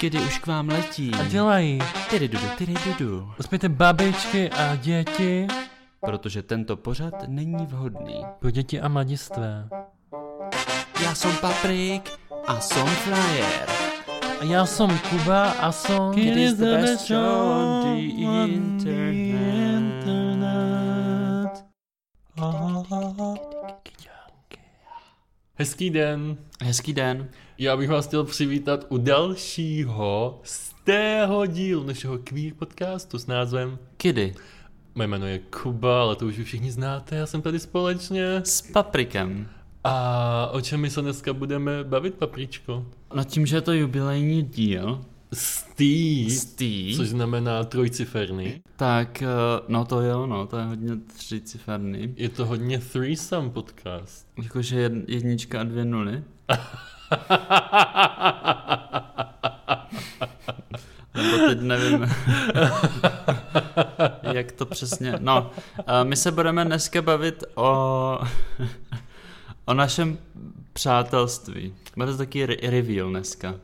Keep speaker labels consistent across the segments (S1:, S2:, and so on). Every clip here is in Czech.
S1: ty už k vám letí.
S2: A dělají.
S1: Tyry dudu, tyry dudu.
S2: Uspějte babičky a děti.
S1: Protože tento pořad není vhodný.
S2: Pro děti a mladistvé.
S1: Já jsem Paprik a jsem Flyer.
S2: A já jsem Kuba a jsem...
S1: It is the best show on the internet.
S2: Hezký den.
S1: Hezký den.
S2: Já bych vás chtěl přivítat u dalšího z tého dílu našeho queer podcastu s názvem
S1: Kiddy
S2: Moje jméno je Kuba, ale to už vy všichni znáte, já jsem tady společně.
S1: s Paprikem.
S2: A o čem my se dneska budeme bavit, papričko?
S1: No tím, že je to jubilejní díl,
S2: Stýt,
S1: Stý,
S2: což znamená trojciferný.
S1: tak eh, no to jo, no, to je hodně třiciferný.
S2: Je to hodně threesome podcast.
S1: Jakože jed- jednička a dvě nuly. Nebo teď nevím, jak to přesně... No, eh, my se budeme dneska bavit o, o našem přátelství. Bude to taky re- reveal dneska.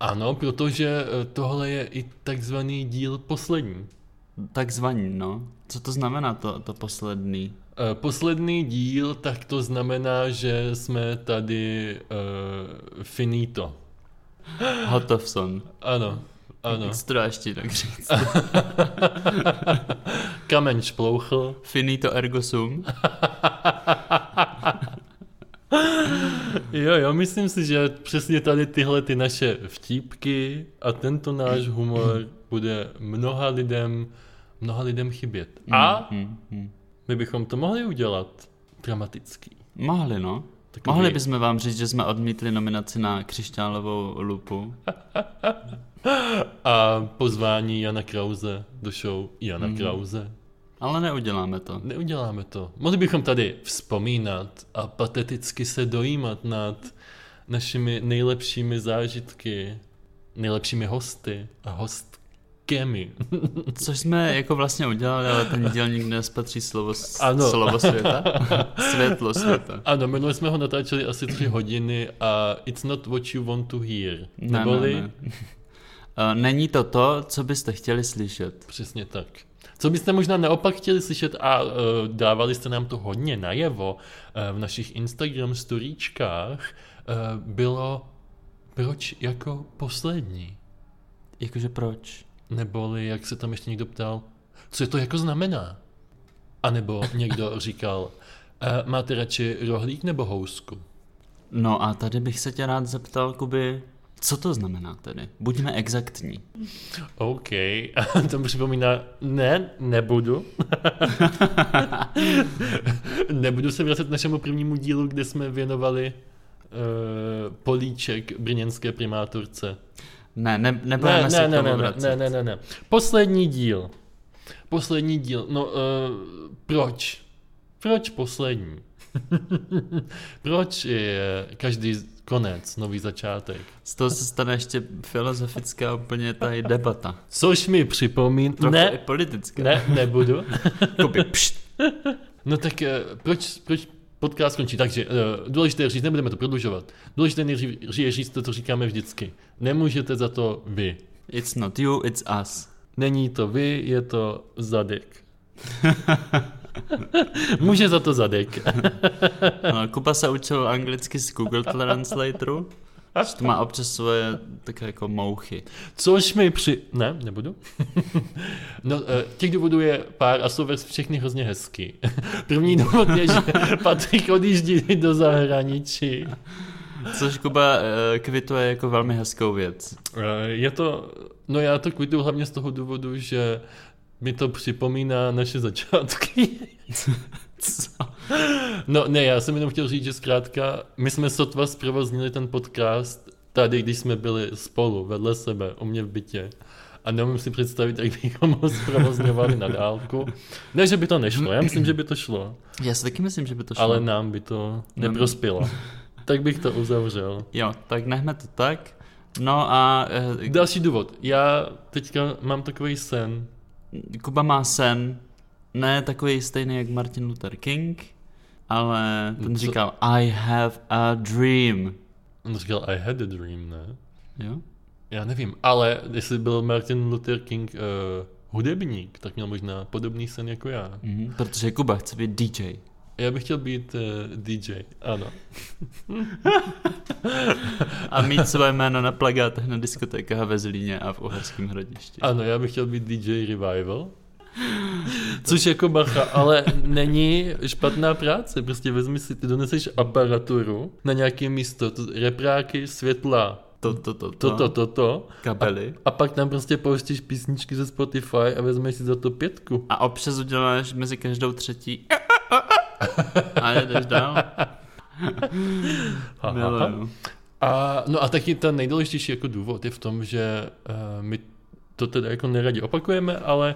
S2: Ano, protože eh, tohle je i takzvaný díl poslední.
S1: Takzvaní, no. Co to znamená to, to poslední?
S2: Eh, Poslední díl, tak to znamená, že jsme tady uh, finito.
S1: Hotovson.
S2: Ano, ano.
S1: Jak se to dá ještě tak říct?
S2: Kamen šplouchl.
S1: Finito ergo sum.
S2: Jo, jo, myslím si, že přesně tady tyhle ty naše vtípky a tento náš humor bude mnoha lidem, mnoha lidem chybět. A
S1: Hmm, hmm.
S2: my bychom to mohli udělat dramatický.
S1: Mohli, no.
S2: Takový-
S1: Mohli bychom vám říct, že jsme odmítli nominaci na křišťálovou lupu.
S2: A pozvání Jana Krause do show Jana
S1: Hmm.
S2: Krause.
S1: Ale neuděláme to.
S2: Neuděláme to. Mohli bychom tady vzpomínat a pateticky se dojímat nad našimi nejlepšími zážitky, nejlepšími hosty a hostkemi.
S1: Což jsme jako vlastně udělali, ale ten díl nikdy nespatří slovo, s-
S2: Ano.
S1: slovo světa. Světlo světa.
S2: Ano, minule jsme ho natáčeli asi tři hodiny a it's not what you want to hear.
S1: Ne,
S2: Neboli
S1: ne, ne. Eh, Není to to, co byste chtěli slyšet.
S2: přesně tak. Co byste možná naopak chtěli slyšet a uh, dávali jste nám to hodně najevo uh, v našich Instagram storíčkách, uh, bylo proč jako poslední?
S1: Jakože proč?
S2: Neboli, jak se tam ještě někdo ptal, co je to jako znamená? A nebo někdo říkal, e, máte radši rohlík nebo housku?
S1: No a tady bych se tě rád zeptal, Kuby, co to znamená tedy? Buďme exaktní.
S2: OK, to mi připomíná, ne, nebudu. nebudu se vracet k našemu prvnímu dílu, kde jsme věnovali uh, políček brněnské primátorce.
S1: Ne, ne nebudeme
S2: Ne,
S1: se
S2: ne,
S1: k
S2: ne,
S1: tomu
S2: ne, ne,
S1: vracet.
S2: ne, ne, ne, ne. Poslední díl. Poslední díl. No, uh, proč? Proč poslední? proč je každý konec, nový začátek?
S1: Z toho se stane ještě filozofická úplně tady debata.
S2: Což mi připomíná...
S1: Trochu i
S2: Ne,
S1: politická.
S2: ne, nebudu.
S1: Kuby, pšt.
S2: No tak eh, proč, proč podcast skončí? Takže eh, důležité je říct, nebudeme to prodlužovat. Důležité nejdřív je říct to, co říkáme vždycky. Nemůžete za to vy.
S1: It's not you, it's us.
S2: Není to vy, je to zadek. Může za to zadek.
S1: Ano, Kuba se učil anglicky z Google Translatoru. Že to má občas svoje také jako mouchy.
S2: Což mi při... Ne, nebudu. No, eh, těch důvodů je pár a jsou vůbec všechny hrozně hezky. První důvod je, že Patrik odjíždí do zahraničí.
S1: Což Kuba eh, kvituje jako velmi hezkou věc.
S2: Eh, Je to, no já to kvituju hlavně z toho důvodu, že mi to připomíná naše začátky.
S1: Co?
S2: No ne, já jsem jenom chtěl říct, že zkrátka, my jsme sotva zprovoznili ten podcast tady, když jsme byli spolu, vedle sebe, u mě v bytě. A neumím si představit, jak bychom ho zprovozňovali na dálku. Ne, že by to nešlo, já myslím, že by to šlo,
S1: Já si taky myslím, že by to šlo.
S2: ale nám by to neprospělo. Tak bych to uzavřel.
S1: Jo, tak nechme to tak. No a eh,
S2: Další důvod. Já teďka mám takový sen,
S1: Kuba má sen, ne takový stejný jak Martin Luther King, ale ten
S2: Co?
S1: říkal I have a dream.
S2: On říkal, I had a dream, ne?
S1: Jo?
S2: Já nevím, ale jestli byl Martin Luther King uh, hudebník, tak měl možná podobný sen jako já.
S1: Mhm. Protože Kuba chce být DJ.
S2: Já bych chtěl být uh, DJ, ano.
S1: A mít své jméno na plagátech na diskotékách ve Zlíně a v Uherském hradišti.
S2: Ano, já bych chtěl být DJ Revival. Což jako bacha, ale není špatná práce. Prostě vezmi si, ty doneseš aparaturu na nějaké místo, to, repráky, světla,
S1: To, to, to, to,
S2: toto, toto.
S1: kabely.
S2: A pak tam prostě pouštíš písničky ze Spotify a vezmeš si za to pětku.
S1: A občas uděláš mezi každou třetí a jedeš dál.
S2: Ha, ha, ha.
S1: Miluju.
S2: A, no a taky ten nejdůležitější jako důvod je v tom, že uh, my to teda jako neradi opakujeme, ale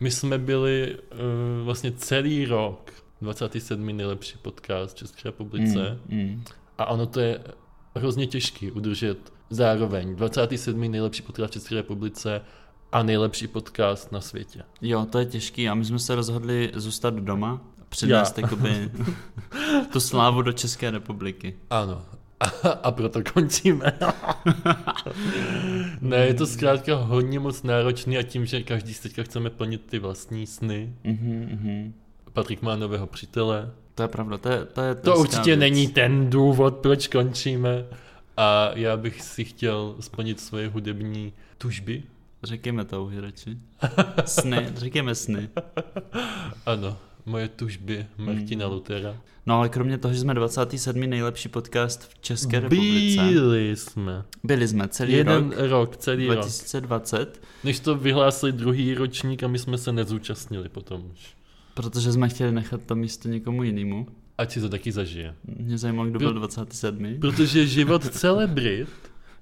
S2: my jsme byli uh, vlastně celý rok 27. nejlepší podcast v České republice. Mm.
S1: Mm.
S2: A ono to je hrozně těžký udržet zároveň 27. nejlepší podcast v České republice a nejlepší podcast na světě.
S1: Jo, to je těžký a my jsme se rozhodli zůstat doma a přinést
S2: Já.
S1: jakoby tu slávu do České republiky.
S2: Ano. A, a proto končíme. ne, je to zkrátka hodně moc náročný a tím, že každý si teďka chceme plnit ty vlastní sny.
S1: Mm-hmm, mm-hmm.
S2: mhm. Patrik má nového přítele.
S1: To je pravda, to je To, je
S2: To
S1: hezká
S2: určitě
S1: věc.
S2: není ten důvod, proč končíme. A já bych si chtěl splnit svoje hudební tužby.
S1: Řekněme to už radši. Sny, řekněme sny.
S2: Ano, moje tužby Martina Lutera.
S1: No ale kromě toho, že jsme 27. nejlepší podcast v České republice,
S2: Byli jsme.
S1: byli jsme celý
S2: Jeden
S1: rok
S2: rok, rok celý rok.
S1: 2020,
S2: Než to vyhlásili druhý ročník a my jsme se nezúčastnili potom už.
S1: protože jsme chtěli nechat to místo někomu jinému.
S2: Ať si to taky zažije.
S1: Mě zajímalo, kdo
S2: Byl-
S1: byl 27.
S2: Protože život celebrit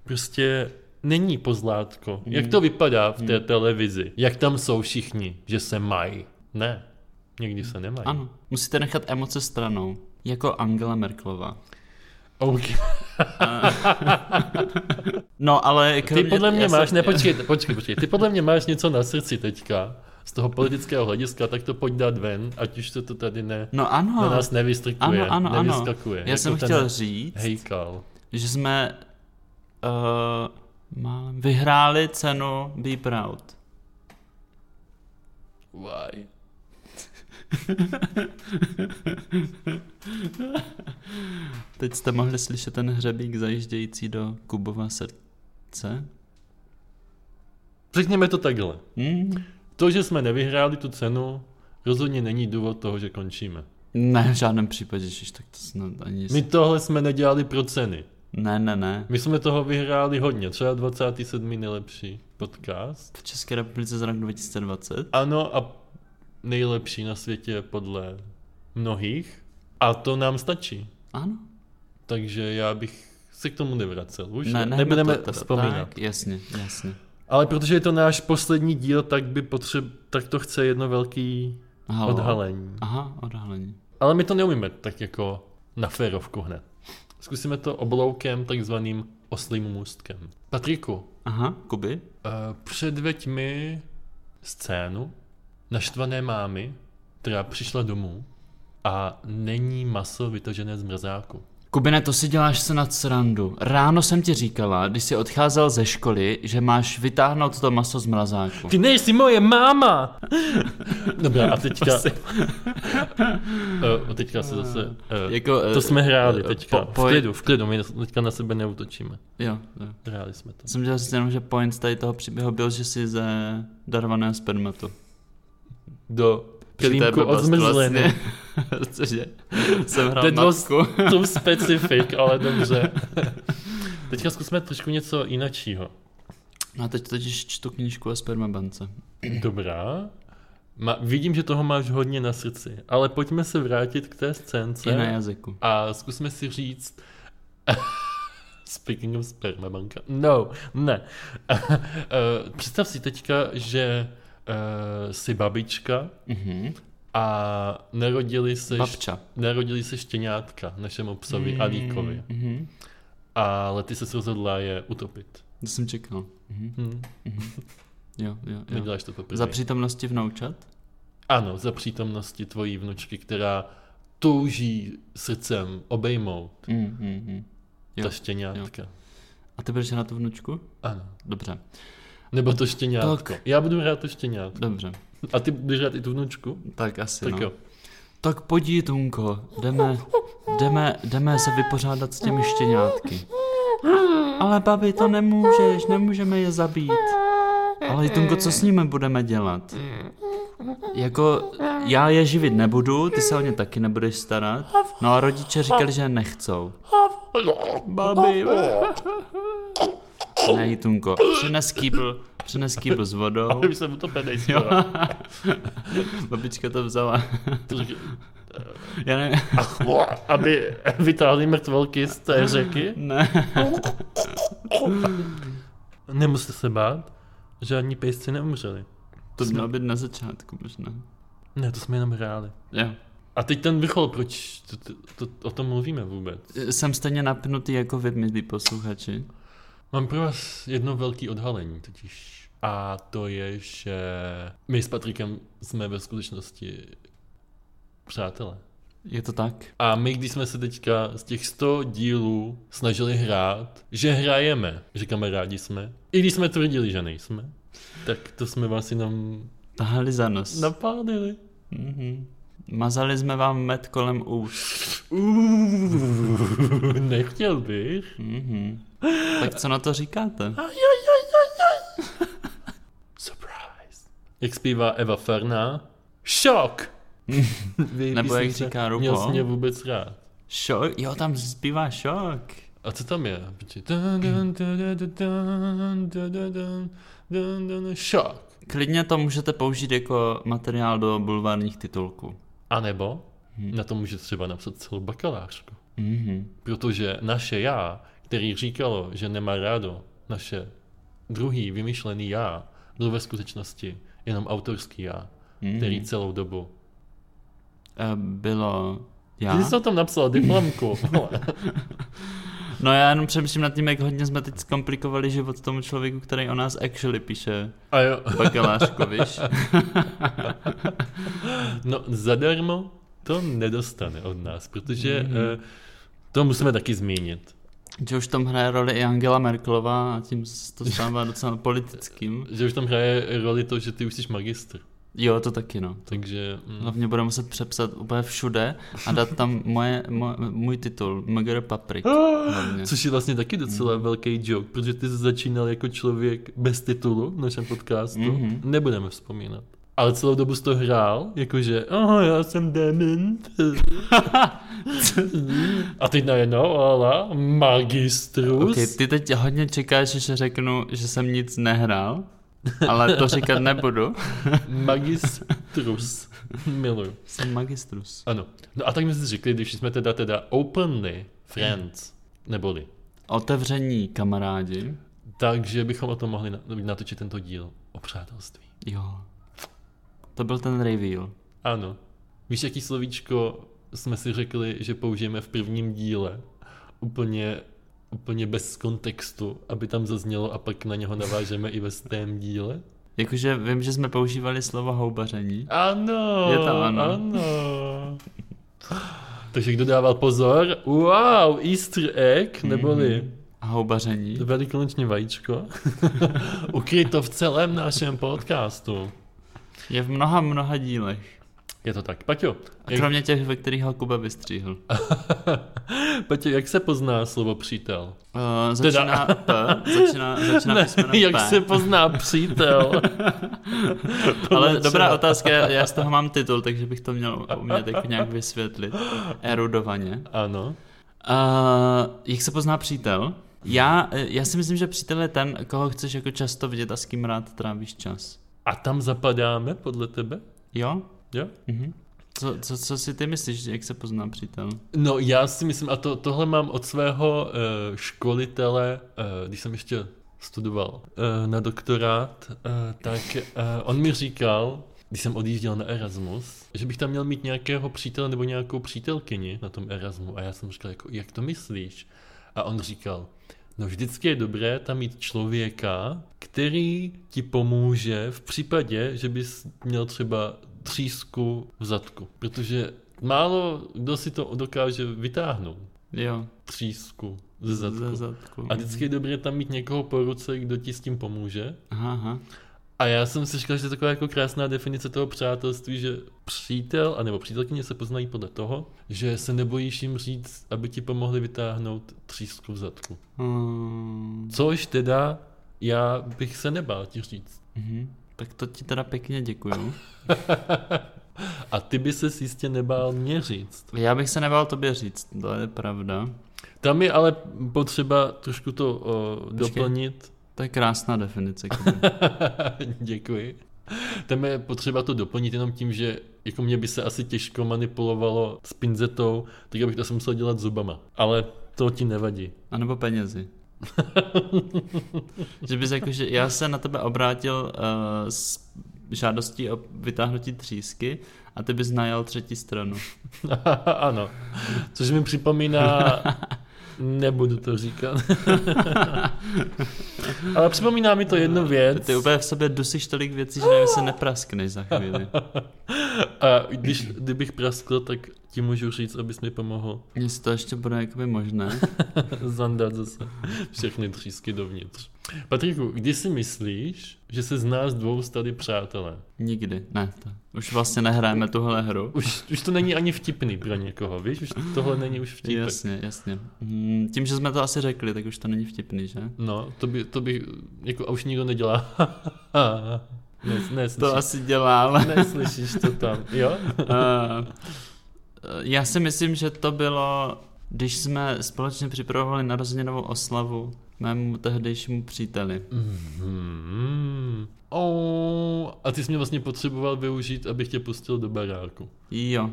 S2: prostě není pozlátko.
S1: Hmm.
S2: Jak to vypadá v té televizi? Jak tam jsou všichni, že se mají? Ne, někdy se nemají.
S1: Ano, musíte nechat emoce stranou. Jako Angela Merklová.
S2: Okay.
S1: No ale...
S2: Ty
S1: kromě-
S2: podle mě
S1: já
S2: máš,
S1: jsem-
S2: ne počkej, počkej, počkej, ty podle mě máš něco na srdci teďka, z toho politického hlediska, tak to pojď dát ven, ať už se to tady ne,
S1: No ano,
S2: na nás nevystrkuje,
S1: ano, ano, ano.
S2: nevyskakuje. Jako
S1: Já jsem
S2: ten
S1: chtěl říct,
S2: Hejkal.
S1: že jsme uh, málem vyhráli cenu Be Proud.
S2: Why?
S1: Teď jste mohli slyšet ten hřebík zajíždějící do Kubova srdce.
S2: Řekněme to takhle.
S1: Hmm?
S2: To, že jsme nevyhráli tu cenu, rozhodně není důvod toho, že končíme.
S1: Ne, v žádném případě, že tak to snad ani...
S2: My tohle jsme nedělali pro ceny.
S1: Ne, ne, ne.
S2: My jsme toho vyhráli hodně, třeba 27. nejlepší podcast.
S1: V České republice z roku 2020.
S2: Ano a nejlepší na světě podle mnohých. A to nám stačí.
S1: Ano.
S2: Takže já bych se k tomu nevracel. Už
S1: Ne, ne,
S2: nebudeme
S1: to, to,
S2: vzpomínat.
S1: Tak, jasně, jasně.
S2: Ale protože je to náš poslední díl, tak by potřeb, tak to chce jedno velký
S1: Halo.
S2: odhalení.
S1: Aha, odhalení.
S2: Ale my to neumíme tak jako na férovku hned. Zkusíme to obloukem, takzvaným oslým můstkem. Patriku,
S1: Aha, Kuby?
S2: eh, předveď mi scénu naštvané mámy, která přišla domů a není maso vytažené z mrzáku.
S1: Kubine, to si děláš se nad srandu. Ráno jsem ti říkala, když jsi odcházel ze školy, že máš vytáhnout to maso z mrazáku.
S2: Ty nejsi moje máma! Dobrá, a teďka... Eh, teďka se zase... eh,
S1: Jako, eh,
S2: to jsme hráli
S1: eh,
S2: teďka.
S1: po-
S2: V
S1: po-
S2: klidu, v klidu, my teďka na sebe neutočíme.
S1: Jo, jo.
S2: Hráli jsme to.
S1: Jsem chtěl říct jenom, že point tady toho příběhu byl, že jsi ze darovaného spermatu.
S2: Do kelímku
S1: Protože to je
S2: od
S1: blbost
S2: zmrzliny.
S1: vlastně. Cože? Jsem
S2: To je
S1: hrál
S2: dost
S1: matku.
S2: to specifik, ale dobře. Teďka zkusme trošku něco jinačího.
S1: No a teď totiž čtu knížku o spermabance.
S2: Dobrá. Ma, vidím, že toho máš hodně na srdci, ale pojďme se vrátit k té
S1: I na
S2: scénce
S1: jazyku.
S2: a zkusme si říct Speaking of sperma banka. No, ne. Eh, Představ si teďka, že uh, jsi babička
S1: Mhm.
S2: a narodili se,
S1: Babča. Hmm,
S2: narodili se štěňátka našemu psovi mm. Alíkovi.
S1: Mhm.
S2: Ale ty jsi se rozhodla je utopit.
S1: To jsem čekal. Mhm.
S2: Hm.
S1: Jo, jo, jo.
S2: Neděláš to poprvé.
S1: Za přítomnosti vnoučat?
S2: Ano, za přítomnosti tvojí vnučky, která touží srdcem obejmout Mhm,
S1: Mm, mm, mm.
S2: ta
S1: Jo,
S2: štěňátka.
S1: A ty budeš na tu vnučku?
S2: Ano.
S1: Dobře,
S2: Nebo to štěňátko.
S1: Tak.
S2: Já budu hrát to štěňátko.
S1: dobře.
S2: A ty budeš hrát i tu vnučku?
S1: Tak asi
S2: Tak
S1: no.
S2: jo.
S1: Tak pojď, Jitunko, jdeme, jdeme, jdeme se vypořádat s těmi štěňátky. Ale babi, to nemůžeš, nemůžeme je zabít. Ale Jitunko, co s nimi budeme dělat? Jako, já je živit nebudu, ty se o ně taky nebudeš starat. No a rodiče říkali, že nechcou.
S2: No,
S1: Babi. Ne, Jitunko, přines kýbl, přines kýbl s vodou.
S2: Já jsem utopený.
S1: Jo.
S2: skoro.
S1: Babička to vzala.
S2: To řek-
S1: Já nevím.
S2: Aby vytáhli mrtvolky z té řeky.
S1: Ne.
S2: Nemusíte se bát, žádní pejsci neumřeli.
S1: To
S2: Jsme-
S1: mělo být na začátku možná.
S2: Ne, to jsme jenom hráli.
S1: Jo.
S2: A teď ten vrchol, proč to, to, to, o tom mluvíme vůbec?
S1: Jsem stejně napnutý jako vy, milí posluchači.
S2: Mám pro vás jedno velké odhalení totiž. A to je, že my s Patrikem jsme ve skutečnosti přátelé.
S1: Je to tak?
S2: A my, když jsme se teďka z těch 100 dílů snažili hrát, že hrajeme, že kamarádi jsme, i když jsme tvrdili, že nejsme, tak to jsme vás jenom
S1: Tahali za nos.
S2: No. napálili.
S1: Mhm. Mazali jsme vám med kolem úst.
S2: Uuu, nechtěl bych.
S1: Mhm. Tak co na to říkáte?
S2: Surprise. Jak zpívá Eva Ferná? Šok! Vy
S1: Nebo jak
S2: písnice,
S1: říká Rupo.
S2: Měl jsi mě vůbec rád.
S1: Šok? Jo, tam zbývá šok.
S2: A co tam je? Počkej. Dun, dun, dun, dun, dun, dun, dun, dun, dun, dun, dun, Šok.
S1: Klidně to můžete použít jako materiál do bulvárních titulků.
S2: A nebo
S1: Hmm.
S2: na to může třeba napsat celou bakalářku.
S1: Mhm.
S2: Protože naše já, který říkalo, že nemá rádo, naše druhý vymyšlený já, byl ve skutečnosti jenom autorský já,
S1: Mhm.
S2: který celou dobu.
S1: E, Bylo... Já?
S2: Ty jsi o tom napsal diplomku. vole.
S1: No já jenom přemýšlím nad tím, jak hodně jsme teď zkomplikovali život tomu člověku, který o nás actually píše
S2: A jo,
S1: bakalářku, víš?
S2: no zadarmo to nedostane od nás, protože
S1: Mhm.
S2: mm. eh, to musíme taky zmínit.
S1: Že už tam hraje roli i Angela Merklová a tím se to stává docela politickým.
S2: Že už tam hraje roli to, že ty už jsi magistr.
S1: Jo, to taky no.
S2: Takže mm,
S1: Hlavně budu muset přepsat úplně všude a dát tam moje, mo, můj titul, Mgr Paprik. Hlavně.
S2: Což je vlastně taky docela
S1: Mhm.
S2: velký joke, protože ty jsi začínal jako člověk bez titulu v našem podcastu.
S1: Mhm.
S2: Mm-hmm. Nebudeme vzpomínat. Ale celou dobu jsi to hrál, jakože, oh, já jsem dement. A teď najednou, ala, magistrus.
S1: Okay, ty teď hodně čekáš, že řeknu, že jsem nic nehrál, ale to říkat nebudu.
S2: Magistrus. Miluju.
S1: Jsem magistrus.
S2: Ano. No a tak jsme si řekli, když jsme teda, teda openly friends, neboli.
S1: Otevření kamarádi.
S2: Takže bychom o tom mohli na- natočit tento díl o přátelství.
S1: Jo. To byl ten reveal.
S2: Ano. Víš, jaký slovíčko jsme si řekli, že použijeme v prvním díle? Úplně, úplně bez kontextu, aby tam zaznělo a pak na něho navážeme i ve stém díle?
S1: Jakože vím, že jsme používali slovo houbaření.
S2: Ano,
S1: Je tam ano.
S2: ano. Takže kdo dával pozor? Wow, easter egg, neboli
S1: A houbaření.
S2: velikonoční vajíčko, ukryto v celém našem podcastu.
S1: Je v mnoha, mnoha dílech.
S2: Je to tak. Paťo,
S1: A
S2: jak,
S1: kromě těch, ve kterých ho Kuba vystříhl.
S2: Paťo, jak se pozná slovo přítel?
S1: Uh, začíná P, začíná, začíná
S2: Ne,
S1: písmenem
S2: jak
S1: P.
S2: se pozná přítel?
S1: Ale
S2: podle
S1: dobrá
S2: čeho?
S1: otázka, já- já z toho mám titul, takže bych to měl umět jako nějak vysvětlit erudovaně.
S2: Ano.
S1: Uh, jak se pozná přítel? Já, eh, já si myslím, že přítel je ten, koho chceš jako často vidět a s kým rád trávíš čas.
S2: A tam zapadáme podle tebe?
S1: Jo?
S2: Jo?
S1: Mhm. Co, co, co si ty myslíš, jak se pozná přítel?
S2: No já si myslím, a to, tohle mám od svého uh, školitele, uh, když jsem ještě studoval uh, na doktorát, uh, tak uh, on mi říkal, když jsem odjížděl na Erasmus, že bych tam měl mít nějakého přítele nebo nějakou přítelkyni na tom Erasmu. A já jsem říkal, jako, jak to myslíš? A on říkal, no vždycky je dobré tam mít člověka, který ti pomůže v případě, že bys měl třeba třísku v zadku. Protože málo kdo si to dokáže vytáhnout.
S1: Jo.
S2: Třísku ze
S1: Ze
S2: zadku.
S1: zadku.
S2: A vždycky je dobré tam mít někoho po ruce, kdo ti s tím pomůže.
S1: Aha, aha.
S2: A já jsem si říkal, že to je taková jako krásná definice toho přátelství, že přítel anebo přítelkyně se poznají podle toho, že se nebojíš jim říct, aby ti pomohli vytáhnout třísku v zadku.
S1: Hmm.
S2: Což teda já bych se nebál ti říct.
S1: Mhm. Tak to ti teda pěkně děkuju.
S2: A ty by ses jistě nebál mě říct.
S1: Já bych se nebál tobě říct, to je pravda.
S2: Tam je ale potřeba trošku to o, doplnit.
S1: To je krásná definice. Kuby.
S2: Děkuji. Tam je potřeba to doplnit jenom tím, že jako mě by se asi těžko manipulovalo s pinzetou, tak já bych to asi musel dělat zubama. Ale to ti nevadí.
S1: A nebo penězi. že bys jako, že já se na tebe obrátil uh, s žádostí o vytáhnutí třísky a ty bys najal třetí stranu.
S2: ano. Což mi připomíná... Nebudu to říkat. ale připomíná mi to jednu věc.
S1: Ty úplně v sobě dusíš tolik věcí, že nevím, se nepraskneš za chvíli.
S2: A když, kdybych praskl, tak ti můžu říct, abys mi pomohl
S1: Jestli to ještě bude jakoby možné.
S2: zandat zase všechny třísky dovnitř. Patriku, kdy si myslíš, že se z nás dvou stali přátelé?
S1: Nikdy. Ne, to. Už vlastně nehráme tuhle hru.
S2: Už, už to není ani vtipný pro někoho, víš? Už tohle není už vtipný.
S1: Jasně, jasně. Hmm, Tím, že jsme to asi řekli, tak už to není vtipný, že?
S2: No, to by, to by, jako a už nikdo nedělá. ne, neslyšíš,
S1: To asi děláme.
S2: neslyšíš to tam, jo?
S1: Eh, já si myslím, že to bylo, když jsme společně připravovali narozeninovou oslavu mému tehdejšímu příteli.
S2: Hmm. Oh, a ty jsi mě vlastně potřeboval využít, abych tě pustil do baráku.
S1: Jo.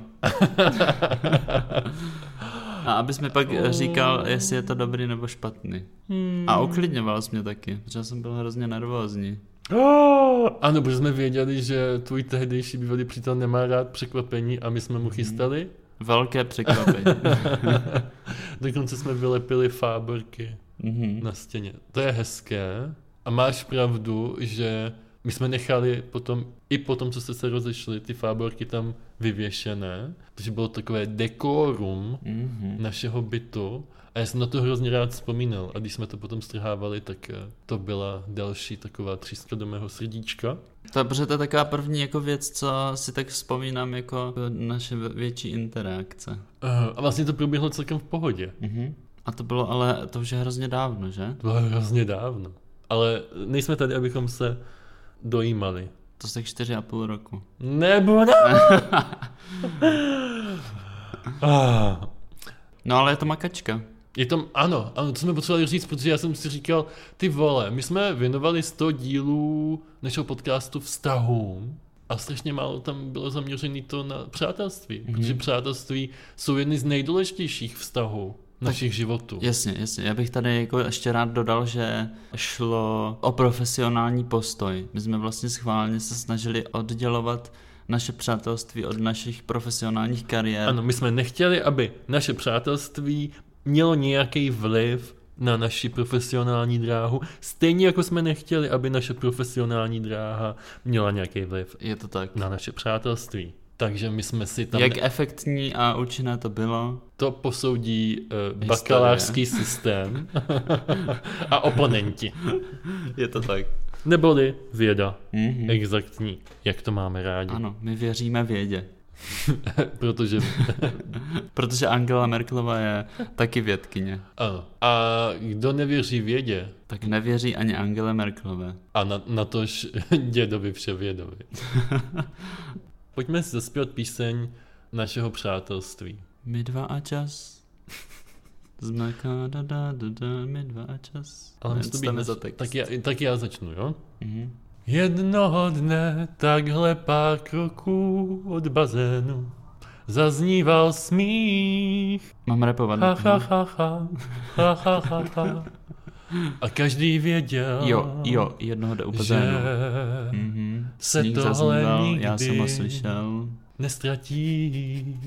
S1: A abys mi pak eh, říkal, jestli je to dobrý nebo špatný. A uklidňoval jsi mě taky, protože já jsem byl hrozně nervózní.
S2: Oh, ano, protože jsme věděli, že tvůj tehdejší bývalý přítel nemá rád překvapení a my jsme mu chystali.
S1: Velké překvapení.
S2: Dokonce jsme vylepili fáborky
S1: Mhm.
S2: na stěně. To je hezké. A máš pravdu, že my jsme nechali potom, i potom, co jste se rozešli, ty fáborky tam vyvěšené. Takže bylo takové dekorum
S1: Mhm.
S2: našeho bytu. A já jsem na to hrozně rád vzpomínal. A když jsme to potom strhávali, tak eh, to byla další taková tříska do mého srdíčka.
S1: To, protože to je taková první jako věc, co si tak vzpomínám jako naše větší interakce.
S2: Eh, A vlastně to proběhlo celkem v pohodě.
S1: Mhm. A to bylo ale, to už je hrozně dávno, že?
S2: To bylo hrozně dávno. Ale nejsme tady, abychom se dojímali.
S1: To je tak čtyři a půl roku.
S2: Nebo ne? Ah.
S1: No ale je to makačka.
S2: Je tam, ano, ano, to jsme potřebovali říct, protože já jsem si říkal, ty vole, my jsme věnovali 100 dílů našeho podcastu vztahům a strašně málo tam bylo zaměřené to na přátelství, mm-hmm. protože přátelství jsou jedny z nejdůležitějších vztahů našich životů.
S1: Jasně, jasně. Já bych tady jako ještě rád dodal, že šlo o profesionální postoj. My jsme vlastně schválně se snažili oddělovat naše přátelství od našich profesionálních kariér.
S2: Ano, my jsme nechtěli, aby naše přátelství mělo nějaký vliv na naši profesionální dráhu, stejně jako jsme nechtěli, aby naše profesionální dráha měla nějaký vliv
S1: Je to tak.
S2: na naše přátelství. Takže my jsme si tam...
S1: Jak efektní a účinné to bylo?
S2: To posoudí uh, bakalářský systém a oponenti.
S1: Je to tak.
S2: Neboli věda.
S1: Mhm.
S2: Exaktní. Jak to máme rádi.
S1: Ano, my věříme vědě.
S2: Protože...
S1: Protože Angela Merklová je taky vědkyně.
S2: Ano. eh, A kdo nevěří vědě,
S1: Tak nevěří ani Angele Merklové.
S2: a na, na tož dědovi vševědovi. Pojďme si zaspívat píseň našeho přátelství.
S1: My dva a čas. Zmeká da da da da, my dva a čas.
S2: Ale musí to být
S1: Nedostaneme
S2: naš...
S1: za text.
S2: tak, já, tak já začnu, jo?
S1: Mhm.
S2: Jednoho dne takhle pár kroků od bazénu zazníval smích.
S1: Mám repovat. Mhm.
S2: Ha, ha, ha, ha, ha, ha, ha, ha. A každý věděl,
S1: Jo, jo, jednoho jde úplně.
S2: že
S1: Mhm.
S2: se
S1: Sníh
S2: tohle
S1: zazníval,
S2: nikdy
S1: já jsem ho slyšel.
S2: nestratí.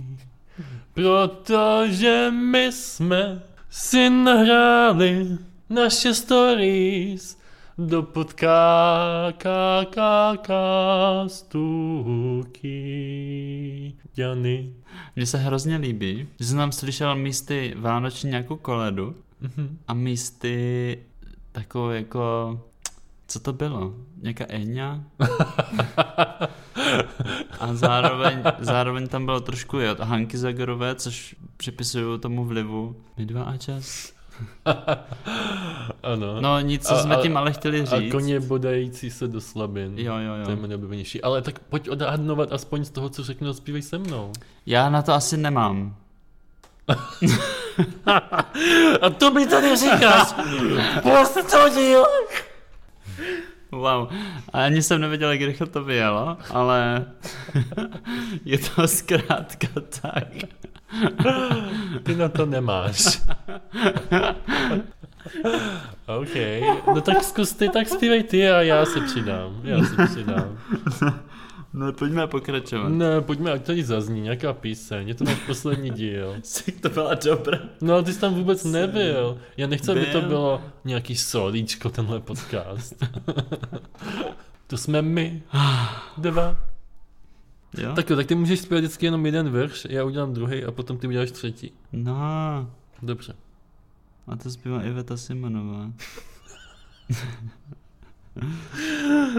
S2: Protože my jsme si nahráli naše stories do podkákákástu Jany.
S1: Mně se hrozně líbí, že jsem tam slyšel místy vánoční nějakou jako koledu
S2: Mhm.
S1: a místy takovou jako, co to bylo? Nějaká Eňa? a zároveň, zároveň tam bylo trošku i od Hanky Zagorové, což připisuju tomu vlivu. My dva a čas.
S2: Ano.
S1: No nic, co
S2: A-
S1: jsme
S2: a-
S1: tím ale chtěli
S2: a
S1: říct.
S2: koně bodající se do slabin.
S1: Jo, jo, jo.
S2: To je můj nejoblíbenější. Ale tak pojď odhadnovat aspoň z toho, co řeknu, a zpívej se mnou.
S1: Já na to asi nemám.
S2: A to mi tady říkáš!
S1: Postudil! Wow, a ani jsem nevěděl, jak rychle to vyjelo, ale je to zkrátka tak.
S2: Ty na to nemáš. OK, no tak zkus ty, tak zpívej ty a já se přidám. Já se přidám.
S1: No pojďme pokračovat.
S2: Ne, pojďme, ať tady zazní nějaká píseň, je to náš poslední díl.
S1: Sik to byla dobrá.
S2: No ale ty jsi tam vůbec nebyl. Já nechci, aby to
S1: Byl.
S2: bylo nějaký solíčko, tenhle podcast. to jsme my. Dva.
S1: Jo? Tak...
S2: Tak jo, tak ty můžeš zpívat vždycky jenom jeden verš, já udělám druhý a potom ty uděláš třetí.
S1: No,
S2: Dobře.
S1: a to zpívá Iveta Simonová.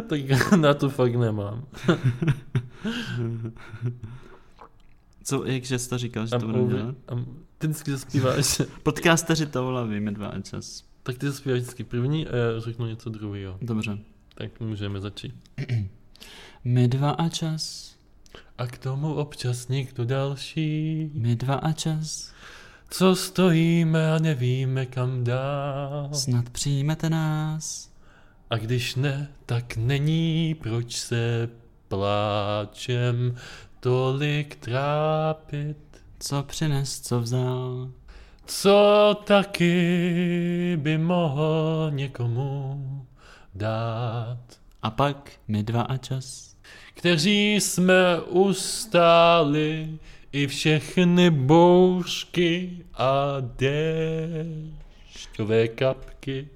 S2: Tak na to fakt nemám.
S1: Co, jakže jsi to říkal, že to budeme dělat?
S2: over, I'm, ty vždycky zaspíváš.
S1: Podcasteři to volavíme dva a čas.
S2: tak ty zaspíváš vždycky první a já řeknu něco druhého.
S1: Dobře.
S2: Tak můžeme začít.
S1: My dva a čas,
S2: A k tomu občas někdo další.
S1: my dva a čas,
S2: Co stojíme a nevíme kam dál.
S1: snad přijmete nás.
S2: A když ne, tak není, proč se pláčem tolik trápit.
S1: Co přines, co vzal?
S2: Co taky by mohl někomu dát,
S1: A pak my dva a čas.
S2: kteří jsme ustáli i všechny bouřky a déšťové kapky.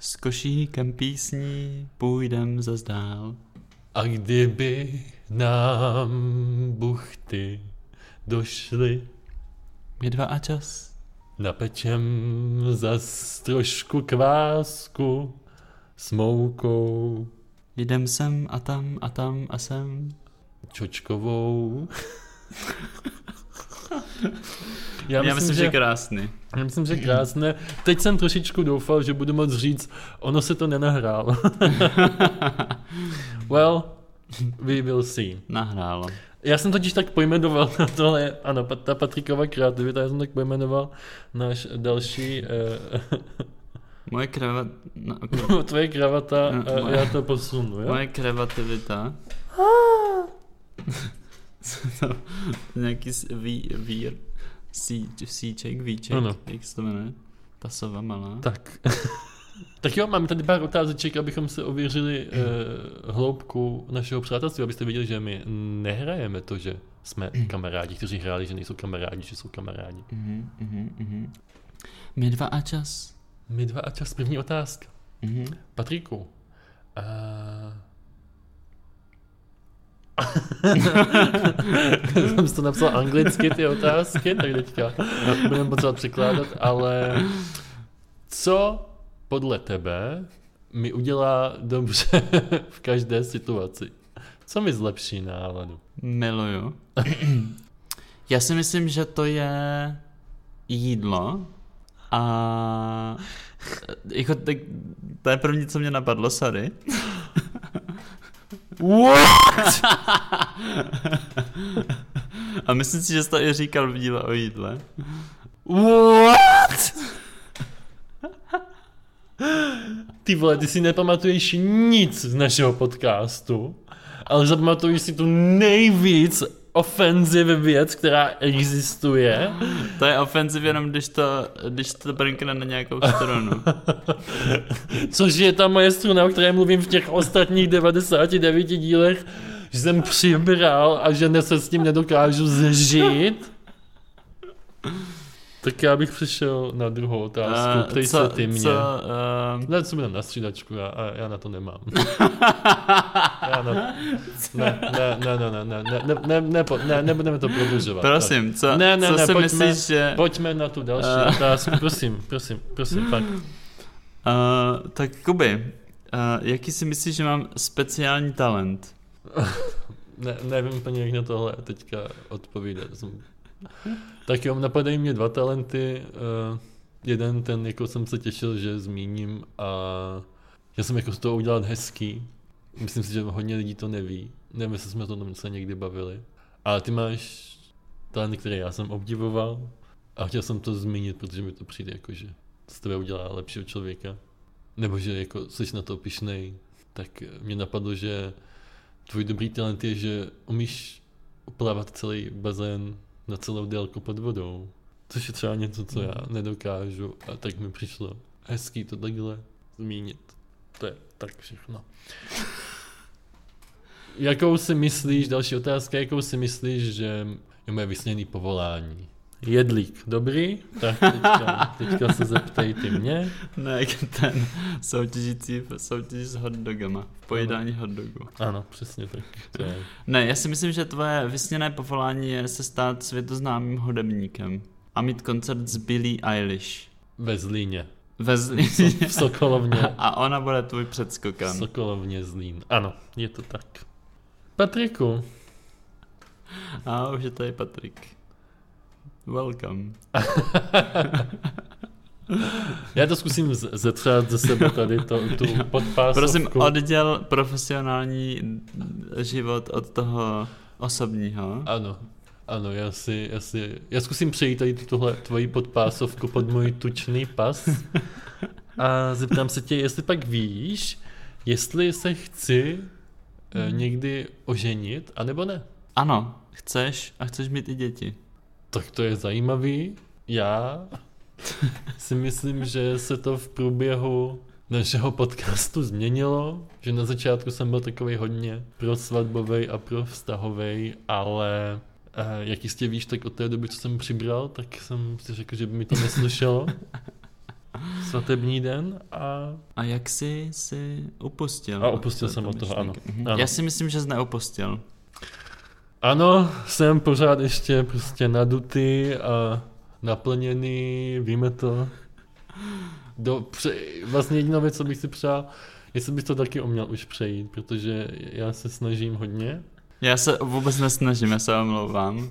S1: S košíkem písní půjdem zas dál.
S2: A kdyby nám buchty došly,
S1: My dva a čas.
S2: napečem zas trošku kvásku s moukou
S1: Jdem sem a tam a tam a sem.
S2: čočkovou.
S1: Já myslím, že... krásný.
S2: já myslím, že krásné. Teď jsem trošičku doufal, že budu moc říct, ono se to nenahrálo. well, we will see.
S1: Nahrálo.
S2: Já jsem totiž tak pojmenoval na tohle, ano, pa- ta Patrikova kreativita, já jsem tak pojmenoval náš další,
S1: Moje kravat... No, ok.
S2: uh, tvoje kravata,
S1: Mm,
S2: uh,
S1: moje.
S2: já to posunu, jo?
S1: Moje kreativita. Co to? Nějaký s- ví, vír. Sí, síček, víček.
S2: Ano.
S1: Jak se to jmenuje? Ta sova malá.
S2: Tak. tak jo, máme tady pár otázeček, abychom se ověřili uh, hloubku našeho přátelství, abyste věděli, že my nehrajeme to, že jsme kamarádi, kteří hráli, že nejsou kamarádi, že jsou kamarádi.
S1: Mhm, mhm, mhm. My dva a čas.
S2: My dva a čas, první otázka.
S1: Mhm.
S2: Patriku, a... jsem si to napsal anglicky, ty otázky, tak teďka budeme potřebovat překládat, ale co podle tebe mi udělá dobře v každé situaci? Co mi zlepší náladu?
S1: Miluju. Já si myslím, že to je jídlo a jako, tak, to je první, co mě napadlo, sorry. What? a myslím si, že jsi to i říkal v díle o jídle. What?
S2: Ty vole, ty si nepamatuješ nic z našeho podcastu, ale zapamatuješ si tu nejvíc offensive věc, která existuje.
S1: To je ofenziv jenom, když to, když to brnkne na nějakou stranu.
S2: Což je ta moje struna, o které mluvím v těch ostatních 99 dílech, že jsem přibral a že ne se s tím nedokážu zžít. Tak já bych přešel na druhou otázku.
S1: Eh,
S2: Uh, Ptej
S1: co,
S2: se ty mě.
S1: Co,
S2: Co?
S1: eh,
S2: Ne, co mi dám na střídačku, já, a já na to nemám. já na, ne, ne, ne, ne, ne, ne, ne, ne, ne, ne, po- ne, nebudeme to prodlužovat.
S1: prosím, co,
S2: Ne, ne,
S1: co
S2: ne,
S1: si
S2: pojďme.
S1: myslíš, že...
S2: Tak, pojďme na tu další
S1: Eh.
S2: otázku, prosím, prosím, prosím, fakt.
S1: Eh, tak Kuby, eh, jaký si myslíš, že mám speciální talent?
S2: Ne, nevím úplně, jak na tohle teďka odpovídat. Jsem- Tak jo, napadají mě dva talenty. eh, Jeden ten, jako jsem se těšil, že zmíním a já jsem jako z toho udělat hezký. Myslím si, že hodně lidí to neví. Nevím, jestli jsme o tom se někdy bavili. Ale ty máš talent, který já jsem obdivoval a chtěl jsem to zmínit, protože mi to přijde jako, že z tebe udělá lepšího člověka. Nebo že jako jsi na to pišnej. Tak eh, mě napadlo, že tvůj dobrý talent je, že umíš uplavat celý bazén na celou délku pod vodou. Což je třeba něco, co já nedokážu a tak mi přišlo hezký to takhle zmínit. To je tak všechno. Jakou si myslíš, další otázka, jakou si myslíš, že je moje vysněné povolání? Jedlík, dobrý? Tak teďka, teďka se zeptej ty mě.
S1: Ne, jak ten soutěžící v soutěži s hotdogama, v pojídání hotdogů.
S2: Ano, přesně tak. To je.
S1: Ne, já si myslím, že tvoje vysněné povolání je se stát světoznámým hudebníkem a mít koncert s Billie Eilish.
S2: Ve Zlíně.
S1: Ve Zlíně.
S2: V Sokolovně.
S1: A ona bude tvůj předskokan.
S2: Sokolovně Zlín. Ano, je to tak. Patriku,
S1: A už je tady Patrik. Welcome.
S2: já to zkusím z- zetřát ze sebe tady to, tu podpásovku.
S1: Prosím, odděl profesionální život od toho osobního.
S2: Ano, ano, já si, já si, já zkusím přejít tady tuhle tvoji podpásovku pod můj tučný pas a zeptám se tě, jestli pak víš, jestli se chci eh, někdy oženit, anebo ne.
S1: Ano, chceš a chceš mít i děti.
S2: Tak to je zajímavý. Já si myslím, že se to v průběhu našeho podcastu změnilo, že na začátku jsem byl takový hodně pro svatbovej a pro vztahovej, ale eh, jak jistě víš, tak od té doby, co jsem přibral, tak jsem si řekl, že by mi to neslušelo. Svatební den a
S1: A jak jsi si upustil?
S2: A upustil jsem
S1: této
S2: od toho, ano.
S1: myšlenky? Mhm.
S2: Ano.
S1: Já si myslím, že jsi neupustil.
S2: Ano, jsem pořád ještě prostě nadutý a naplněný, víme to. Do, pře, vlastně jediná věc, co bych si přál, jestli bych to taky uměl už přejít, protože já se snažím hodně.
S1: Já se vůbec nesnažím, já se omlouvám.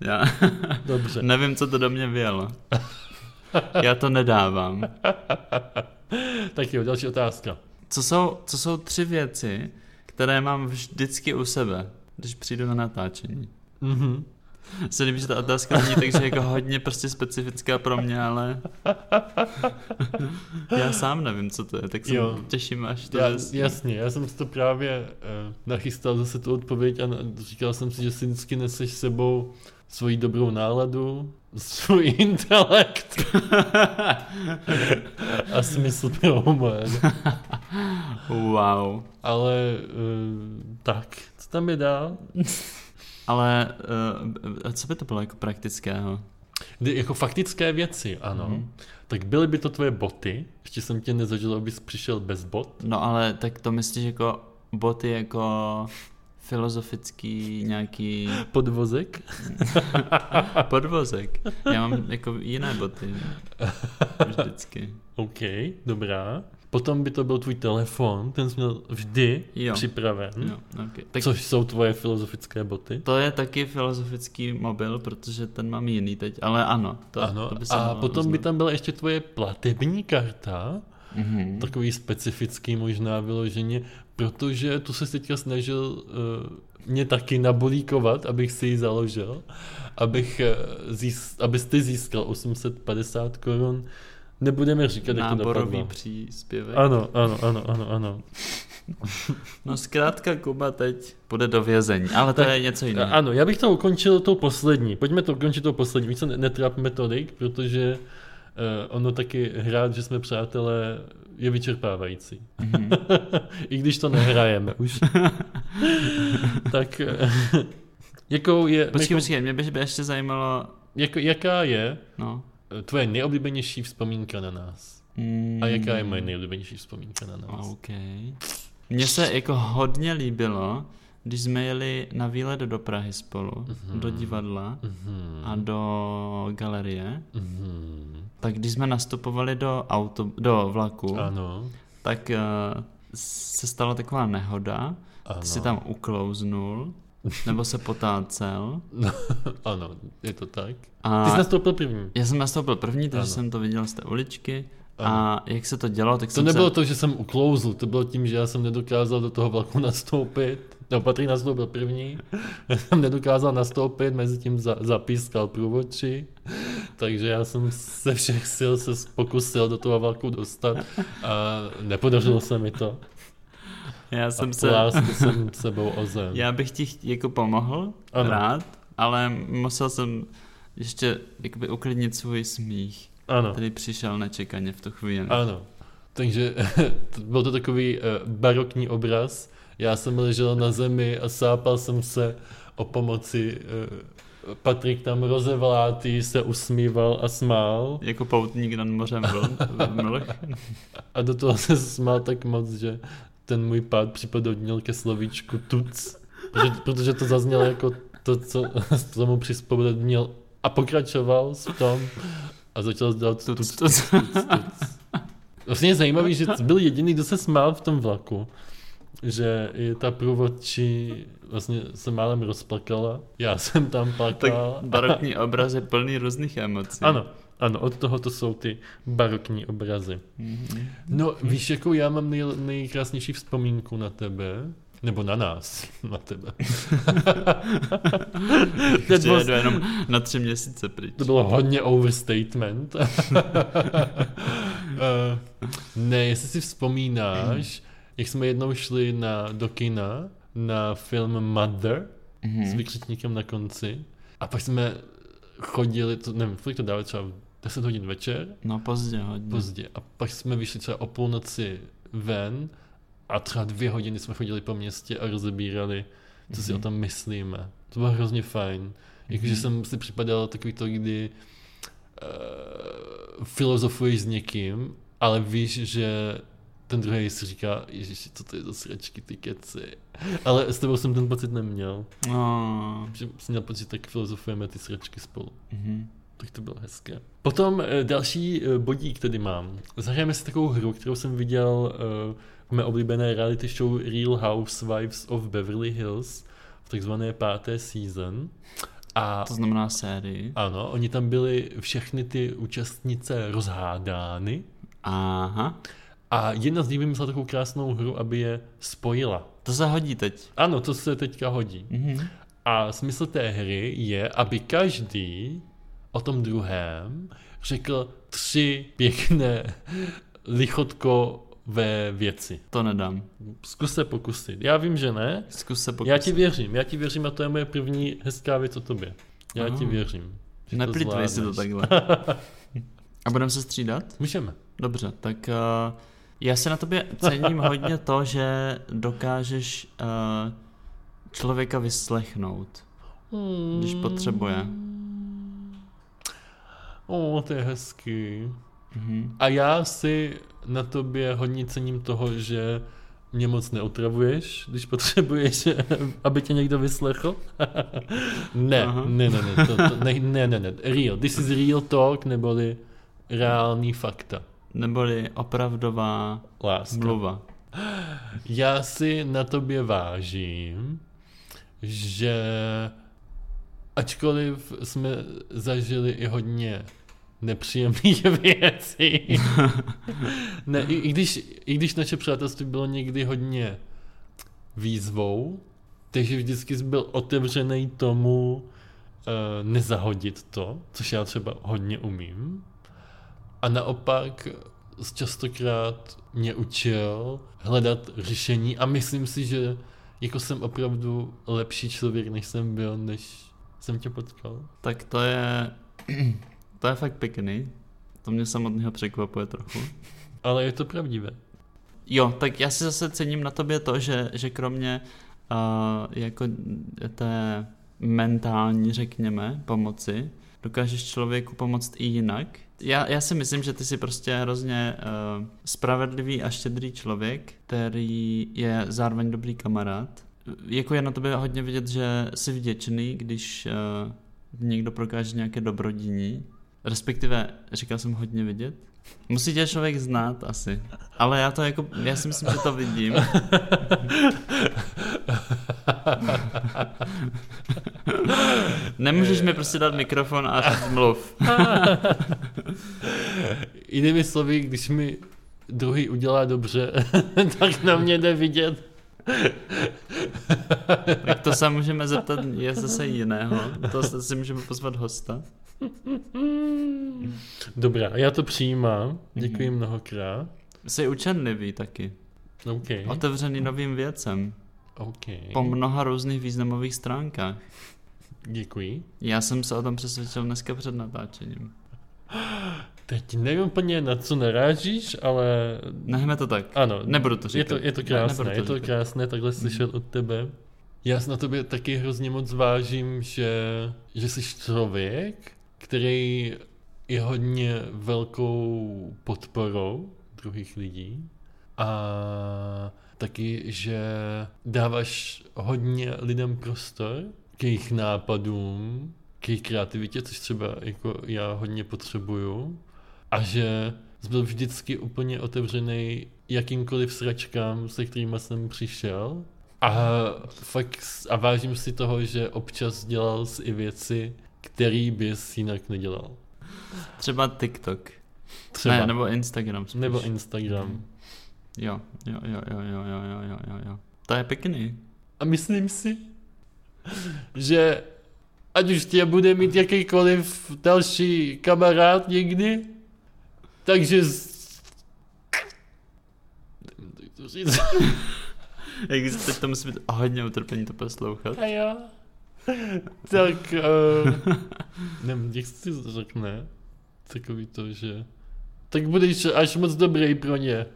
S1: Já
S2: Dobře.
S1: nevím, co to do mě vyjelo. Já to nedávám.
S2: Tak jo, další otázka.
S1: Co jsou, co jsou tři věci, které mám vždycky u sebe, když přijdu na natáčení?
S2: Mhm.
S1: Se líbí, že ta otázka není takže jako hodně prostě specifická pro mě, ale já sám nevím, co to je, tak se
S2: Jo.
S1: těším, až to
S2: Já,
S1: zjistím.
S2: jasně, já jsem si to právě eh, nachystal zase tu odpověď a na, říkal jsem si, že si vždycky neseš s sebou svoji dobrou náladu, svůj intelekt a smysl pro humor.
S1: Wow.
S2: Ale eh, tak, co tam je dál?
S1: Ale eh, a co by to bylo jako praktického?
S2: Kdy, jako faktické věci, ano. Mm-hmm.
S1: Mhm.
S2: Tak byly by to tvoje boty, ještě jsem tě nezažil, abys přišel bez bot.
S1: No ale tak to myslíš jako boty jako filozofický nějaký
S2: Podvozek?
S1: podvozek. Já mám jako jiné boty. Vždycky.
S2: OK, dobrá. Potom by to byl tvůj telefon, ten jsi měl vždy
S1: Jo.
S2: připraven.
S1: Jo, okay. Tak
S2: Což jsou tvoje filozofické boty?
S1: To je taky filozofický mobil, protože ten mám jiný teď, ale ano. To,
S2: ano,
S1: to by se
S2: a
S1: mohlo
S2: potom by
S1: uznat.
S2: tam byla ještě tvoje platební karta,
S1: Mhm.
S2: takový specifický možná vyloženě, protože tu se teďka snažil uh, mě taky nabolíkovat, abych si ji založil, abych, uh, zís- abyste získal 850 korun. Nebudeme říkat, jak to
S1: Náborový
S2: dopadlo.
S1: příspěvek.
S2: Ano, ano, ano, ano, ano.
S1: No zkrátka Kuba teď bude do vězení, ale to
S2: Tak-
S1: je něco
S2: A-
S1: jiného.
S2: Ano, já bych to ukončil tou poslední. Pojďme to ukončit tou poslední. Víc se ne- netrápme tolik, protože uh, ono taky hrát, že jsme přátelé, je vyčerpávající.
S1: Mhm.
S2: I když to nehrajeme už. tak eh, jakou je,
S1: Počkej,
S2: jako,
S1: počkej, mě by by ještě zajímalo,
S2: jako, jaká je
S1: no,
S2: tvoje nejoblíbenější vzpomínka na nás.
S1: Mm.
S2: A jaká je moje nejoblíbenější vzpomínka na nás?
S1: OK. Mně se jako hodně líbilo, když jsme jeli na výlet do Prahy spolu, do divadla
S2: Mhm.
S1: a do galerie,
S2: Mhm.
S1: tak když jsme nastupovali do, auto, do vlaku,
S2: Ano.
S1: tak uh, se stala taková nehoda,
S2: Ano.
S1: ty si tam uklouznul, nebo se potácel
S2: ano, je to tak.
S1: a
S2: Ty jsi nastoupil první.
S1: já jsem nastoupil první, takže
S2: Ano.
S1: jsem to viděl z té uličky a jak se to dělo, tak
S2: To
S1: jsem
S2: nebylo
S1: se...
S2: to, že jsem uklouzl, to bylo tím, že já jsem nedokázal do toho vlaku nastoupit. No, Patrik nastoupil první, já jsem nedokázal nastoupit, mezi tím za, zapískal průvodčí, takže já jsem se všech sil se pokusil do toho vlaku dostat a nepodařilo se mi to.
S1: Já jsem se...
S2: Plásku jsem sebou o zem.
S1: Já bych ti chtě- jako pomohl,
S2: Ano.
S1: ano. rád, ale musel jsem ještě jakoby uklidnit svůj smích,
S2: Ano,
S1: který přišel nečekaně v tu chvíli.
S2: ano. Takže to- byl to takový eh, barokní obraz. Já jsem ležel na zemi a sápal jsem se o pomoci. eh, Patrik tam rozevlátý se usmíval a smál.
S1: Jako poutník nad mořem vln, v mlh.
S2: A do toho se smál tak moc, že ten můj pád připodobnil ke slovíčku tuc. Protože, protože to zaznělo jako to, co co mu přizpodobnil a pokračoval v tom a začal dělat
S1: Tu-
S2: tuc,
S1: tu- tu-
S2: Vlastně je zajímavý, že byl jediný, kdo se smál v tom vlaku. Že je ta průvodčí vlastně se málem rozplakala. Já jsem tam
S1: Tak
S2: plakal.
S1: barokní obraz je plný různých emocí.
S2: Ano, ano, od toho to jsou ty barokní obrazy.
S1: Mhm.
S2: No, víš, jakou já mám nej, nejkrásnější vzpomínku na tebe? Nebo na nás, na tebe.
S1: Ještě Prostě jedu jenom na tři měsíce pryč.
S2: To bylo hodně overstatement. Eh, ne, jestli si vzpomínáš, jak jsme jednou šli na, do kina na film Mother s
S1: Mhm.
S2: vykřičníkem na konci a pak jsme chodili, to, nevím, kolik to dává, třeba 10 hodin večer,
S1: No pozdě hodně.
S2: pozdě. A pak jsme vyšli třeba o půlnoci ven a třeba dvě hodiny jsme chodili po městě a rozebírali, co si
S1: Mhm.
S2: o tom myslíme. To bylo hrozně fajn. Jakože
S1: Mhm.
S2: jsem si připadal takový to, kdy uh, filozofuješ s někým, ale víš, že ten druhý si říká, ježiši, co to je za sračky, ty keci. Ale s tebou jsem ten pocit neměl.
S1: No.
S2: Že jsem měl pocit, tak filozofujeme ty sračky spolu.
S1: Mhm.
S2: Tak to bylo hezké. Potom eh, další eh, bodík tady mám. Zahrajeme si takovou hru, kterou jsem viděl eh, v mé oblíbené reality show Real Housewives of Beverly Hills v takzvané páté season. A
S1: To znamená sérii.
S2: ano, oni tam byli všechny ty účastnice rozhádány
S1: Aha.
S2: a jedna z nich vymyslela takovou krásnou hru, aby je spojila.
S1: To se hodí teď.
S2: Ano, to se teďka hodí.
S1: Mhm.
S2: A smysl té hry je, aby každý o tom druhém řekl tři pěkné lichotkové věci.
S1: To nedám.
S2: Zkus se pokusit. Já vím, že ne.
S1: Zkus se
S2: Já
S1: pokusit.
S2: ti věřím, já ti věřím a to je moje první hezká věc o tobě. Já
S1: Aha.
S2: ti věřím. že to
S1: Neplitvej si to
S2: zvládneš.
S1: takhle. A budeme se střídat?
S2: Můžeme.
S1: Dobře, tak uh, já se na tobě cením hodně to, že dokážeš uh, člověka vyslechnout, když potřebuje.
S2: O, to je hezký.
S1: Mhm.
S2: A já si na tobě hodně cením toho, že mě moc neotravuješ, když potřebuješ, aby tě někdo vyslechl. ne,
S1: Aha.
S2: ne, ne, ne, to, to, ne, ne, ne, ne, real, this is real talk, neboli reální fakta,
S1: Neboli opravdová
S2: láska.
S1: mluva.
S2: Já si na tobě vážím, že ačkoliv jsme zažili i hodně nepříjemných věcí, ne, i, i, když, i když naše přátelství bylo někdy hodně výzvou, takže vždycky jsi byl otevřený tomu eh, nezahodit to, což já třeba hodně umím. A naopak s- častokrát mě učil hledat řešení a myslím si, že jako jsem opravdu lepší člověk, než jsem byl, než jsem tě potkal.
S1: Tak to je, to je fakt pěkný. To mě samotného překvapuje trochu.
S2: Ale je to pravdivé.
S1: Jo, tak já si zase cením na tobě to, že, že kromě uh, jako té mentální, řekněme, pomoci, dokážeš člověku pomoct i jinak. Já, já si myslím, že ty jsi prostě hrozně uh, spravedlivý a štědrý člověk, který je zároveň dobrý kamarád. Jako je na tobě hodně vidět, že jsi vděčný, když uh, někdo prokáže nějaké dobrodiní. Respektive, říkal jsem hodně vidět. Musí tě člověk znát asi. Ale já to jako, já si myslím, že to vidím. Nemůžeš mi prostě dát mikrofon a říct mluv.
S2: Jinými slovy, když mi druhý udělá dobře, tak na mě jde vidět.
S1: Tak to se můžeme zeptat, je zase jiného. To se- si můžeme pozvat hosta.
S2: Dobrá, já to přijímám. Děkuji mnohokrát.
S1: Jsi učenlivý taky.
S2: OK.
S1: Otevřený novým věcem.
S2: OK.
S1: Po mnoha různých významových stránkách.
S2: Děkuji.
S1: Já jsem se o tom přesvědčil dneska před natáčením.
S2: Teď nevím úplně, na co narážíš, ale...
S1: Nechme to tak.
S2: Ano,
S1: Nebudu to
S2: je
S1: říkat.
S2: to, je to
S1: Ne,
S2: krásné,
S1: nebudu
S2: je to
S1: říkat.
S2: krásné takhle slyšet od tebe. Já si na tobě taky hrozně moc vážím, že, že jsi člověk, který je hodně velkou podporou druhých lidí a taky, že dáváš hodně lidem prostor k jejich nápadům, k jejich kreativitě, což třeba jako já hodně potřebuju a že jsi byl vždycky úplně otevřený jakýmkoliv sračkám, se kterými jsem přišel. A fakt s- a vážím si toho, že občas dělal jsi i věci, který bys jinak nedělal.
S1: Třeba TikTok.
S2: Třeba.
S1: Ne, nebo Instagram. Spíš. Mhm.
S2: nebo Instagram.
S1: Jo, jo, jo, jo, jo, jo, jo, jo, jo, jo. To je pěkný.
S2: A myslím si, že ať už tě bude mít jakýkoliv další kamarád někdy, takže... z- Nevím, jak to říct.
S1: Jak když teď to musí být hodně utrpení to poslouchat.
S2: A jo. Tak, uh, nevím, jak se to řekne, takový to, že... Tak budeš až moc dobrý pro ně.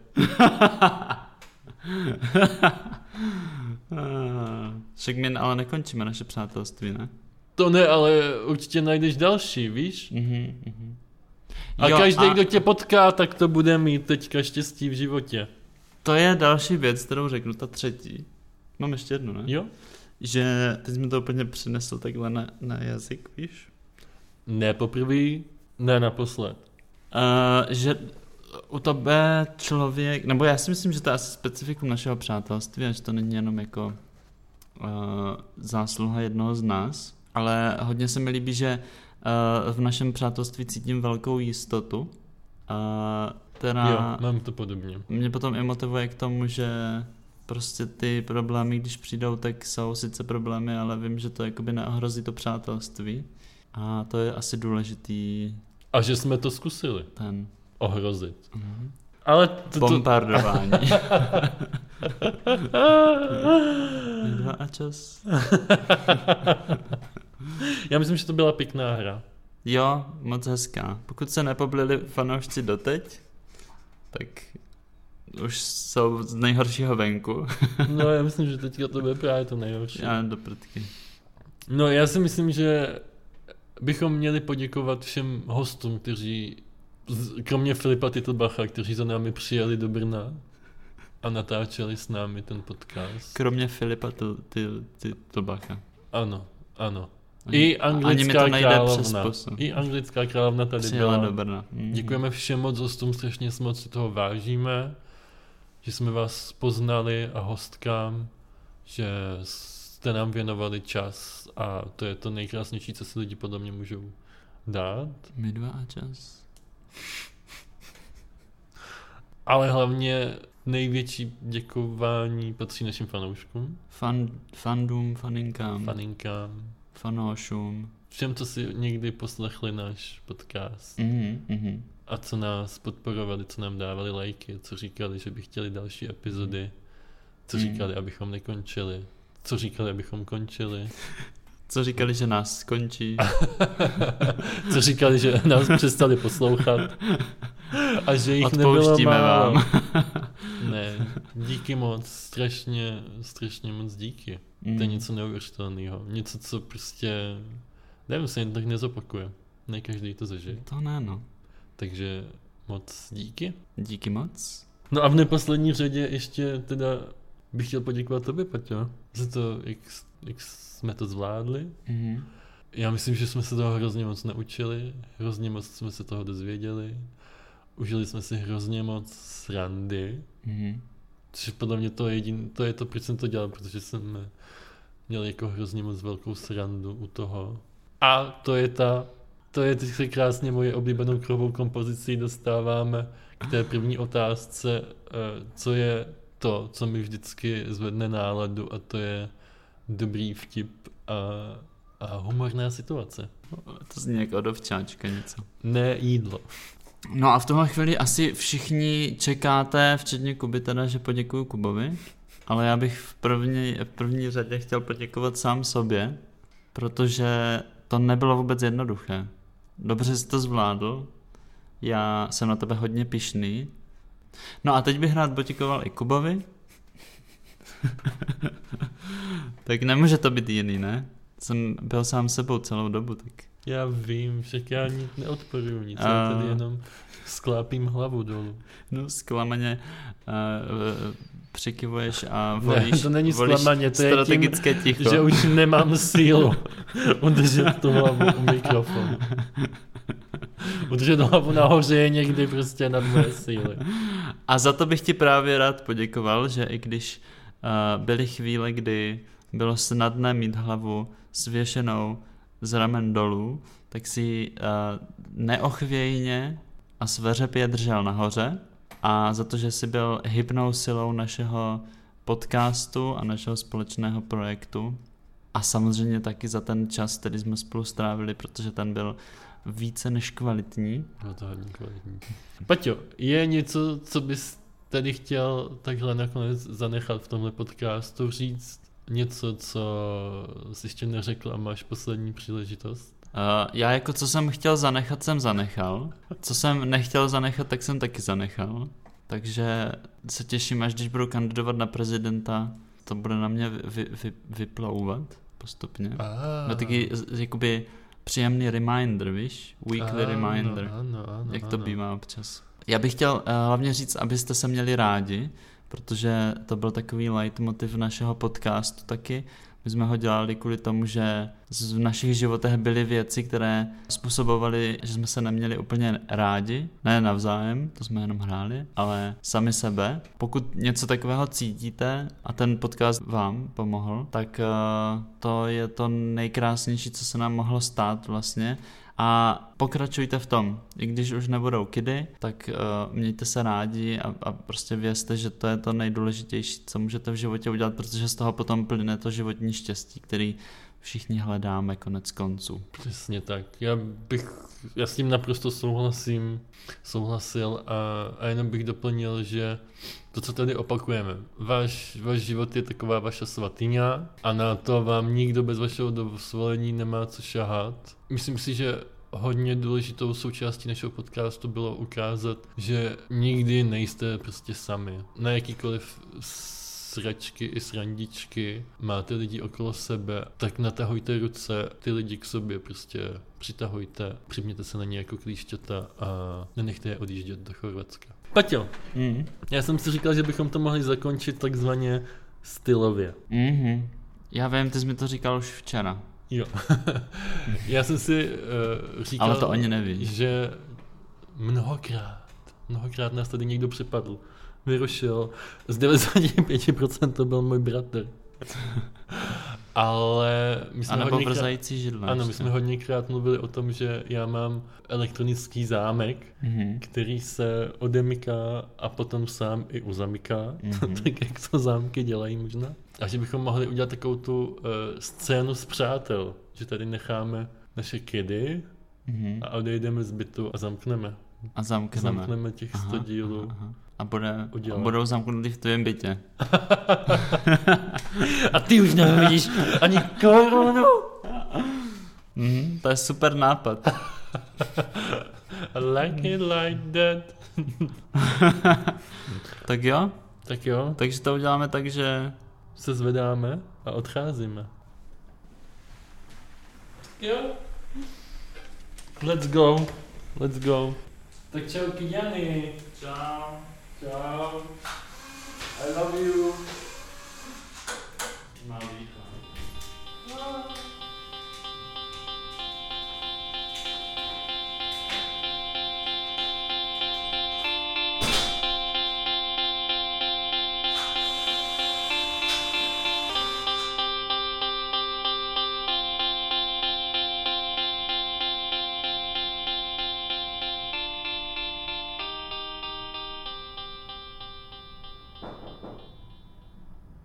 S1: Ah, Však my ale nekončíme naše přátelství, ne?
S2: To ne, ale určitě najdeš další, víš?
S1: Mhm, mhm.
S2: A
S1: Jo,
S2: každý,
S1: a-
S2: kdo tě potká, tak to bude mít teďka štěstí v životě.
S1: To je další věc, kterou řeknu, ta třetí. Mám ještě jednu, ne?
S2: Jo?
S1: Že teď jsme to úplně přinesl takhle na, na jazyk, víš?
S2: Ne poprvé, ne naposled.
S1: Uh, že u tebe člověk, nebo já si myslím, že to je asi specifikum našeho přátelství, a že to není jenom jako uh, zásluha jednoho z nás, ale hodně se mi líbí, že uh, v našem přátelství cítím velkou jistotu, uh, která...
S2: Jo, mám to podobně.
S1: mě potom i motivuje k tomu, že prostě ty problémy, když přijdou, tak jsou sice problémy, ale vím, že to jakoby neohrozí to přátelství. A to je asi důležitý
S2: A že jsme to zkusili
S1: ten
S2: ohrozit.
S1: Mhm.
S2: Ale to, to,
S1: bombardování. Dva a čas.
S2: já myslím, že to byla pěkná hra.
S1: Jo, moc hezká. Pokud se nepoblili fanoušci doteď, tak už jsou z nejhoršího venku.
S2: No, já myslím, že teďka to bude právě to nejhorší.
S1: Já do prdky.
S2: No já si myslím, že bychom měli poděkovat všem hostům, kteří, z- kromě Filipa Titlbacha, kteří za námi přijeli do Brna a natáčeli s námi ten podcast.
S1: Kromě Filipa ty, ty, ty Tobacha.
S2: Ano, ano.
S1: Ani-
S2: I
S1: ani mi
S2: anglická
S1: to nejde přes
S2: královna.
S1: pusu.
S2: I anglická královna tady
S1: Přijela
S2: byla.
S1: do Brna. Mhm.
S2: Děkujeme všem moc hostům, strašně si moc toho vážíme, že jsme vás poznali a hostkám, že jste nám věnovali čas a to je to nejkrásnější, co si lidi podle mě můžou dát.
S1: My dva a čas.
S2: Ale hlavně největší děkování patří našim fanouškům,
S1: Fan, fandům, faninkám,
S2: faninkám,
S1: fanoušům.
S2: všem, co si někdy poslechli náš podcast
S1: Mhm, mhm.
S2: a co nás podporovali, co nám dávali lajky, co říkali, že by chtěli další epizody, co
S1: Mm.
S2: říkali, abychom nekončili, co říkali, abychom končili,
S1: Co říkali, že nás skončí.
S2: co říkali, že nás přestali poslouchat a že jich nebylo
S1: Odpouštíme
S2: málo.
S1: vám.
S2: Ne, díky moc, strašně, strašně moc díky. To je
S1: Mhm.
S2: něco neuvěřitelného. Něco, co prostě, nevím, se jen tak nezopakuje. Ne každý to zažije.
S1: To ne, no.
S2: Takže moc díky.
S1: Díky moc.
S2: No a v neposlední řadě ještě teda bych chtěl poděkovat tobě, Paťo, za to, jak, jak jsme to zvládli.
S1: Mhm.
S2: Já myslím, že jsme se toho hrozně moc naučili, hrozně moc jsme se toho dozvěděli, užili jsme si hrozně moc srandy,
S1: Mhm.
S2: což je podle mě to je jedin, to je to, proč jsem to dělal, protože jsem eh, měl jako hrozně moc velkou srandu u toho. A to je ta, to je teď se krásně moje oblíbenou krovou kompozicí dostáváme k té první otázce, eh, co je to, co mi vždycky zvedne náladu a to je dobrý vtip a, a humorná situace.
S1: To zní jako dovčáčka něco.
S2: Ne jídlo.
S1: No a v tuhle chvíli asi všichni čekáte, včetně Kuby teda, že poděkuju Kubovi, ale já bych v první, v první řadě chtěl poděkovat sám sobě, protože to nebylo vůbec jednoduché. Dobře jsi to zvládl, já jsem na tebe hodně pišný. No a teď bych rád poděkoval i Kubovi. tak nemůže to být jiný, ne? Jsem byl sám sebou celou dobu, tak
S2: Já vím, však já nic neodporuju nic,
S1: A-
S2: já tady jenom sklápím hlavu dolů.
S1: No, zklamaně uh, přikivuješ a
S2: Ne,
S1: volíš,
S2: to není
S1: volíš
S2: zklamaně, to je tím,
S1: strategické ticho.
S2: Že už nemám sílu udržet tu hlavu u mikrofonu. Udržet hlavu nahoře je někdy prostě nad moje síly.
S1: A za to bych ti právě rád poděkoval, že i když uh, byly chvíle, kdy bylo snadné mít hlavu svěšenou z ramen dolů, tak si uh, neochvějně a sveřepě držel nahoře a za to, že jsi byl hybnou silou našeho podcastu a našeho společného projektu a samozřejmě taky za ten čas, který jsme spolu strávili, protože ten byl více než kvalitní.
S2: No to hodně kvalitní. Paťo, je něco, co bys tady chtěl takhle nakonec zanechat v tomhle podcastu, říct něco, co jsi ještě neřekl a máš poslední příležitost?
S1: Uh, já jako co jsem chtěl zanechat, jsem zanechal. Co jsem nechtěl zanechat, tak jsem taky zanechal. Takže se těším, až když budu kandidovat na prezidenta, to bude na mě vy, vy, vy, vyplouvat postupně.
S2: Ah,
S1: No taky z- jakoby příjemný reminder, víš? Weekly reminder,
S2: Ano, ano, ano,
S1: jak to
S2: ano.
S1: bývá občas. Já bych chtěl uh, hlavně říct, abyste se měli rádi, protože to byl takový leitmotiv našeho podcastu taky. My jsme ho dělali kvůli tomu, že z- v našich životech byly věci, které způsobovaly, že jsme se neměli úplně rádi. Ne navzájem, to jsme jenom hráli, ale sami sebe. Pokud něco takového cítíte a ten podcast vám pomohl, tak eh, to je to nejkrásnější, co se nám mohlo stát vlastně. A pokračujte v tom. I když už nebudou kidy, tak uh, mějte se rádi a, a prostě vězte, že to je to nejdůležitější, co můžete v životě udělat, protože z toho potom plyne to životní štěstí, který všichni hledáme konec konců.
S2: Přesně tak. Já bych, já s tím naprosto souhlasím, souhlasil a, a jenom bych doplnil, že to, co tady opakujeme, váš, váš život je taková vaše svatyně a na to vám nikdo bez vašeho dovolení nemá co šahat. Myslím si, že hodně důležitou součástí našeho podcastu bylo ukázat, že nikdy nejste prostě sami. Na jakýkoliv sračky i srandičky, máte lidi okolo sebe, tak natahujte ruce, ty lidi k sobě prostě přitahujte, připněte se na ně jako klíšťata a nenechte je odjíždět do Chorvatska. Paťo,
S1: Mm.
S2: já jsem si říkal, že bychom to mohli zakončit takzvaně stylově.
S1: Mm-hmm. Já vím, ty jsi mi to říkal už včera,
S2: Jo. já jsem si uh, říkal...
S1: ale to oni neví.
S2: že mnohokrát, mnohokrát nás tady někdo připadl, vyrušil. Z 95% to byl můj bratr. Ale my
S1: A
S2: jsme,
S1: nebo
S2: hodněkrát,
S1: vrzající židle.
S2: ano, my
S1: ještě.
S2: jsme hodněkrát mluvili o tom, že já mám elektronický zámek,
S1: Mhm.
S2: který se odemyká a potom sám i uzamyká,
S1: Mhm.
S2: tak jak to zámky dělají možná. A že bychom mohli udělat takovou tu uh, scénu s přátel, že tady necháme naše kedy,
S1: Mhm.
S2: a odejdeme z bytu a zamkneme.
S1: A zamkneme.
S2: Zamkneme těch 100
S1: Aha,
S2: dílů.
S1: aha, aha. A, bude, a
S2: Uděláme.
S1: budou zamknutý v tvém bytě.
S2: A ty už nevidíš No ani korunu.
S1: Mhm. To je super nápad.
S2: I like it like that.
S1: Tak jo,
S2: Tak jo,
S1: takže to uděláme tak, že
S2: se zvedáme a odcházíme. Jo. Let's go. Let's go.
S3: Tak čau, Kyňany. Čau. Čau. I love you.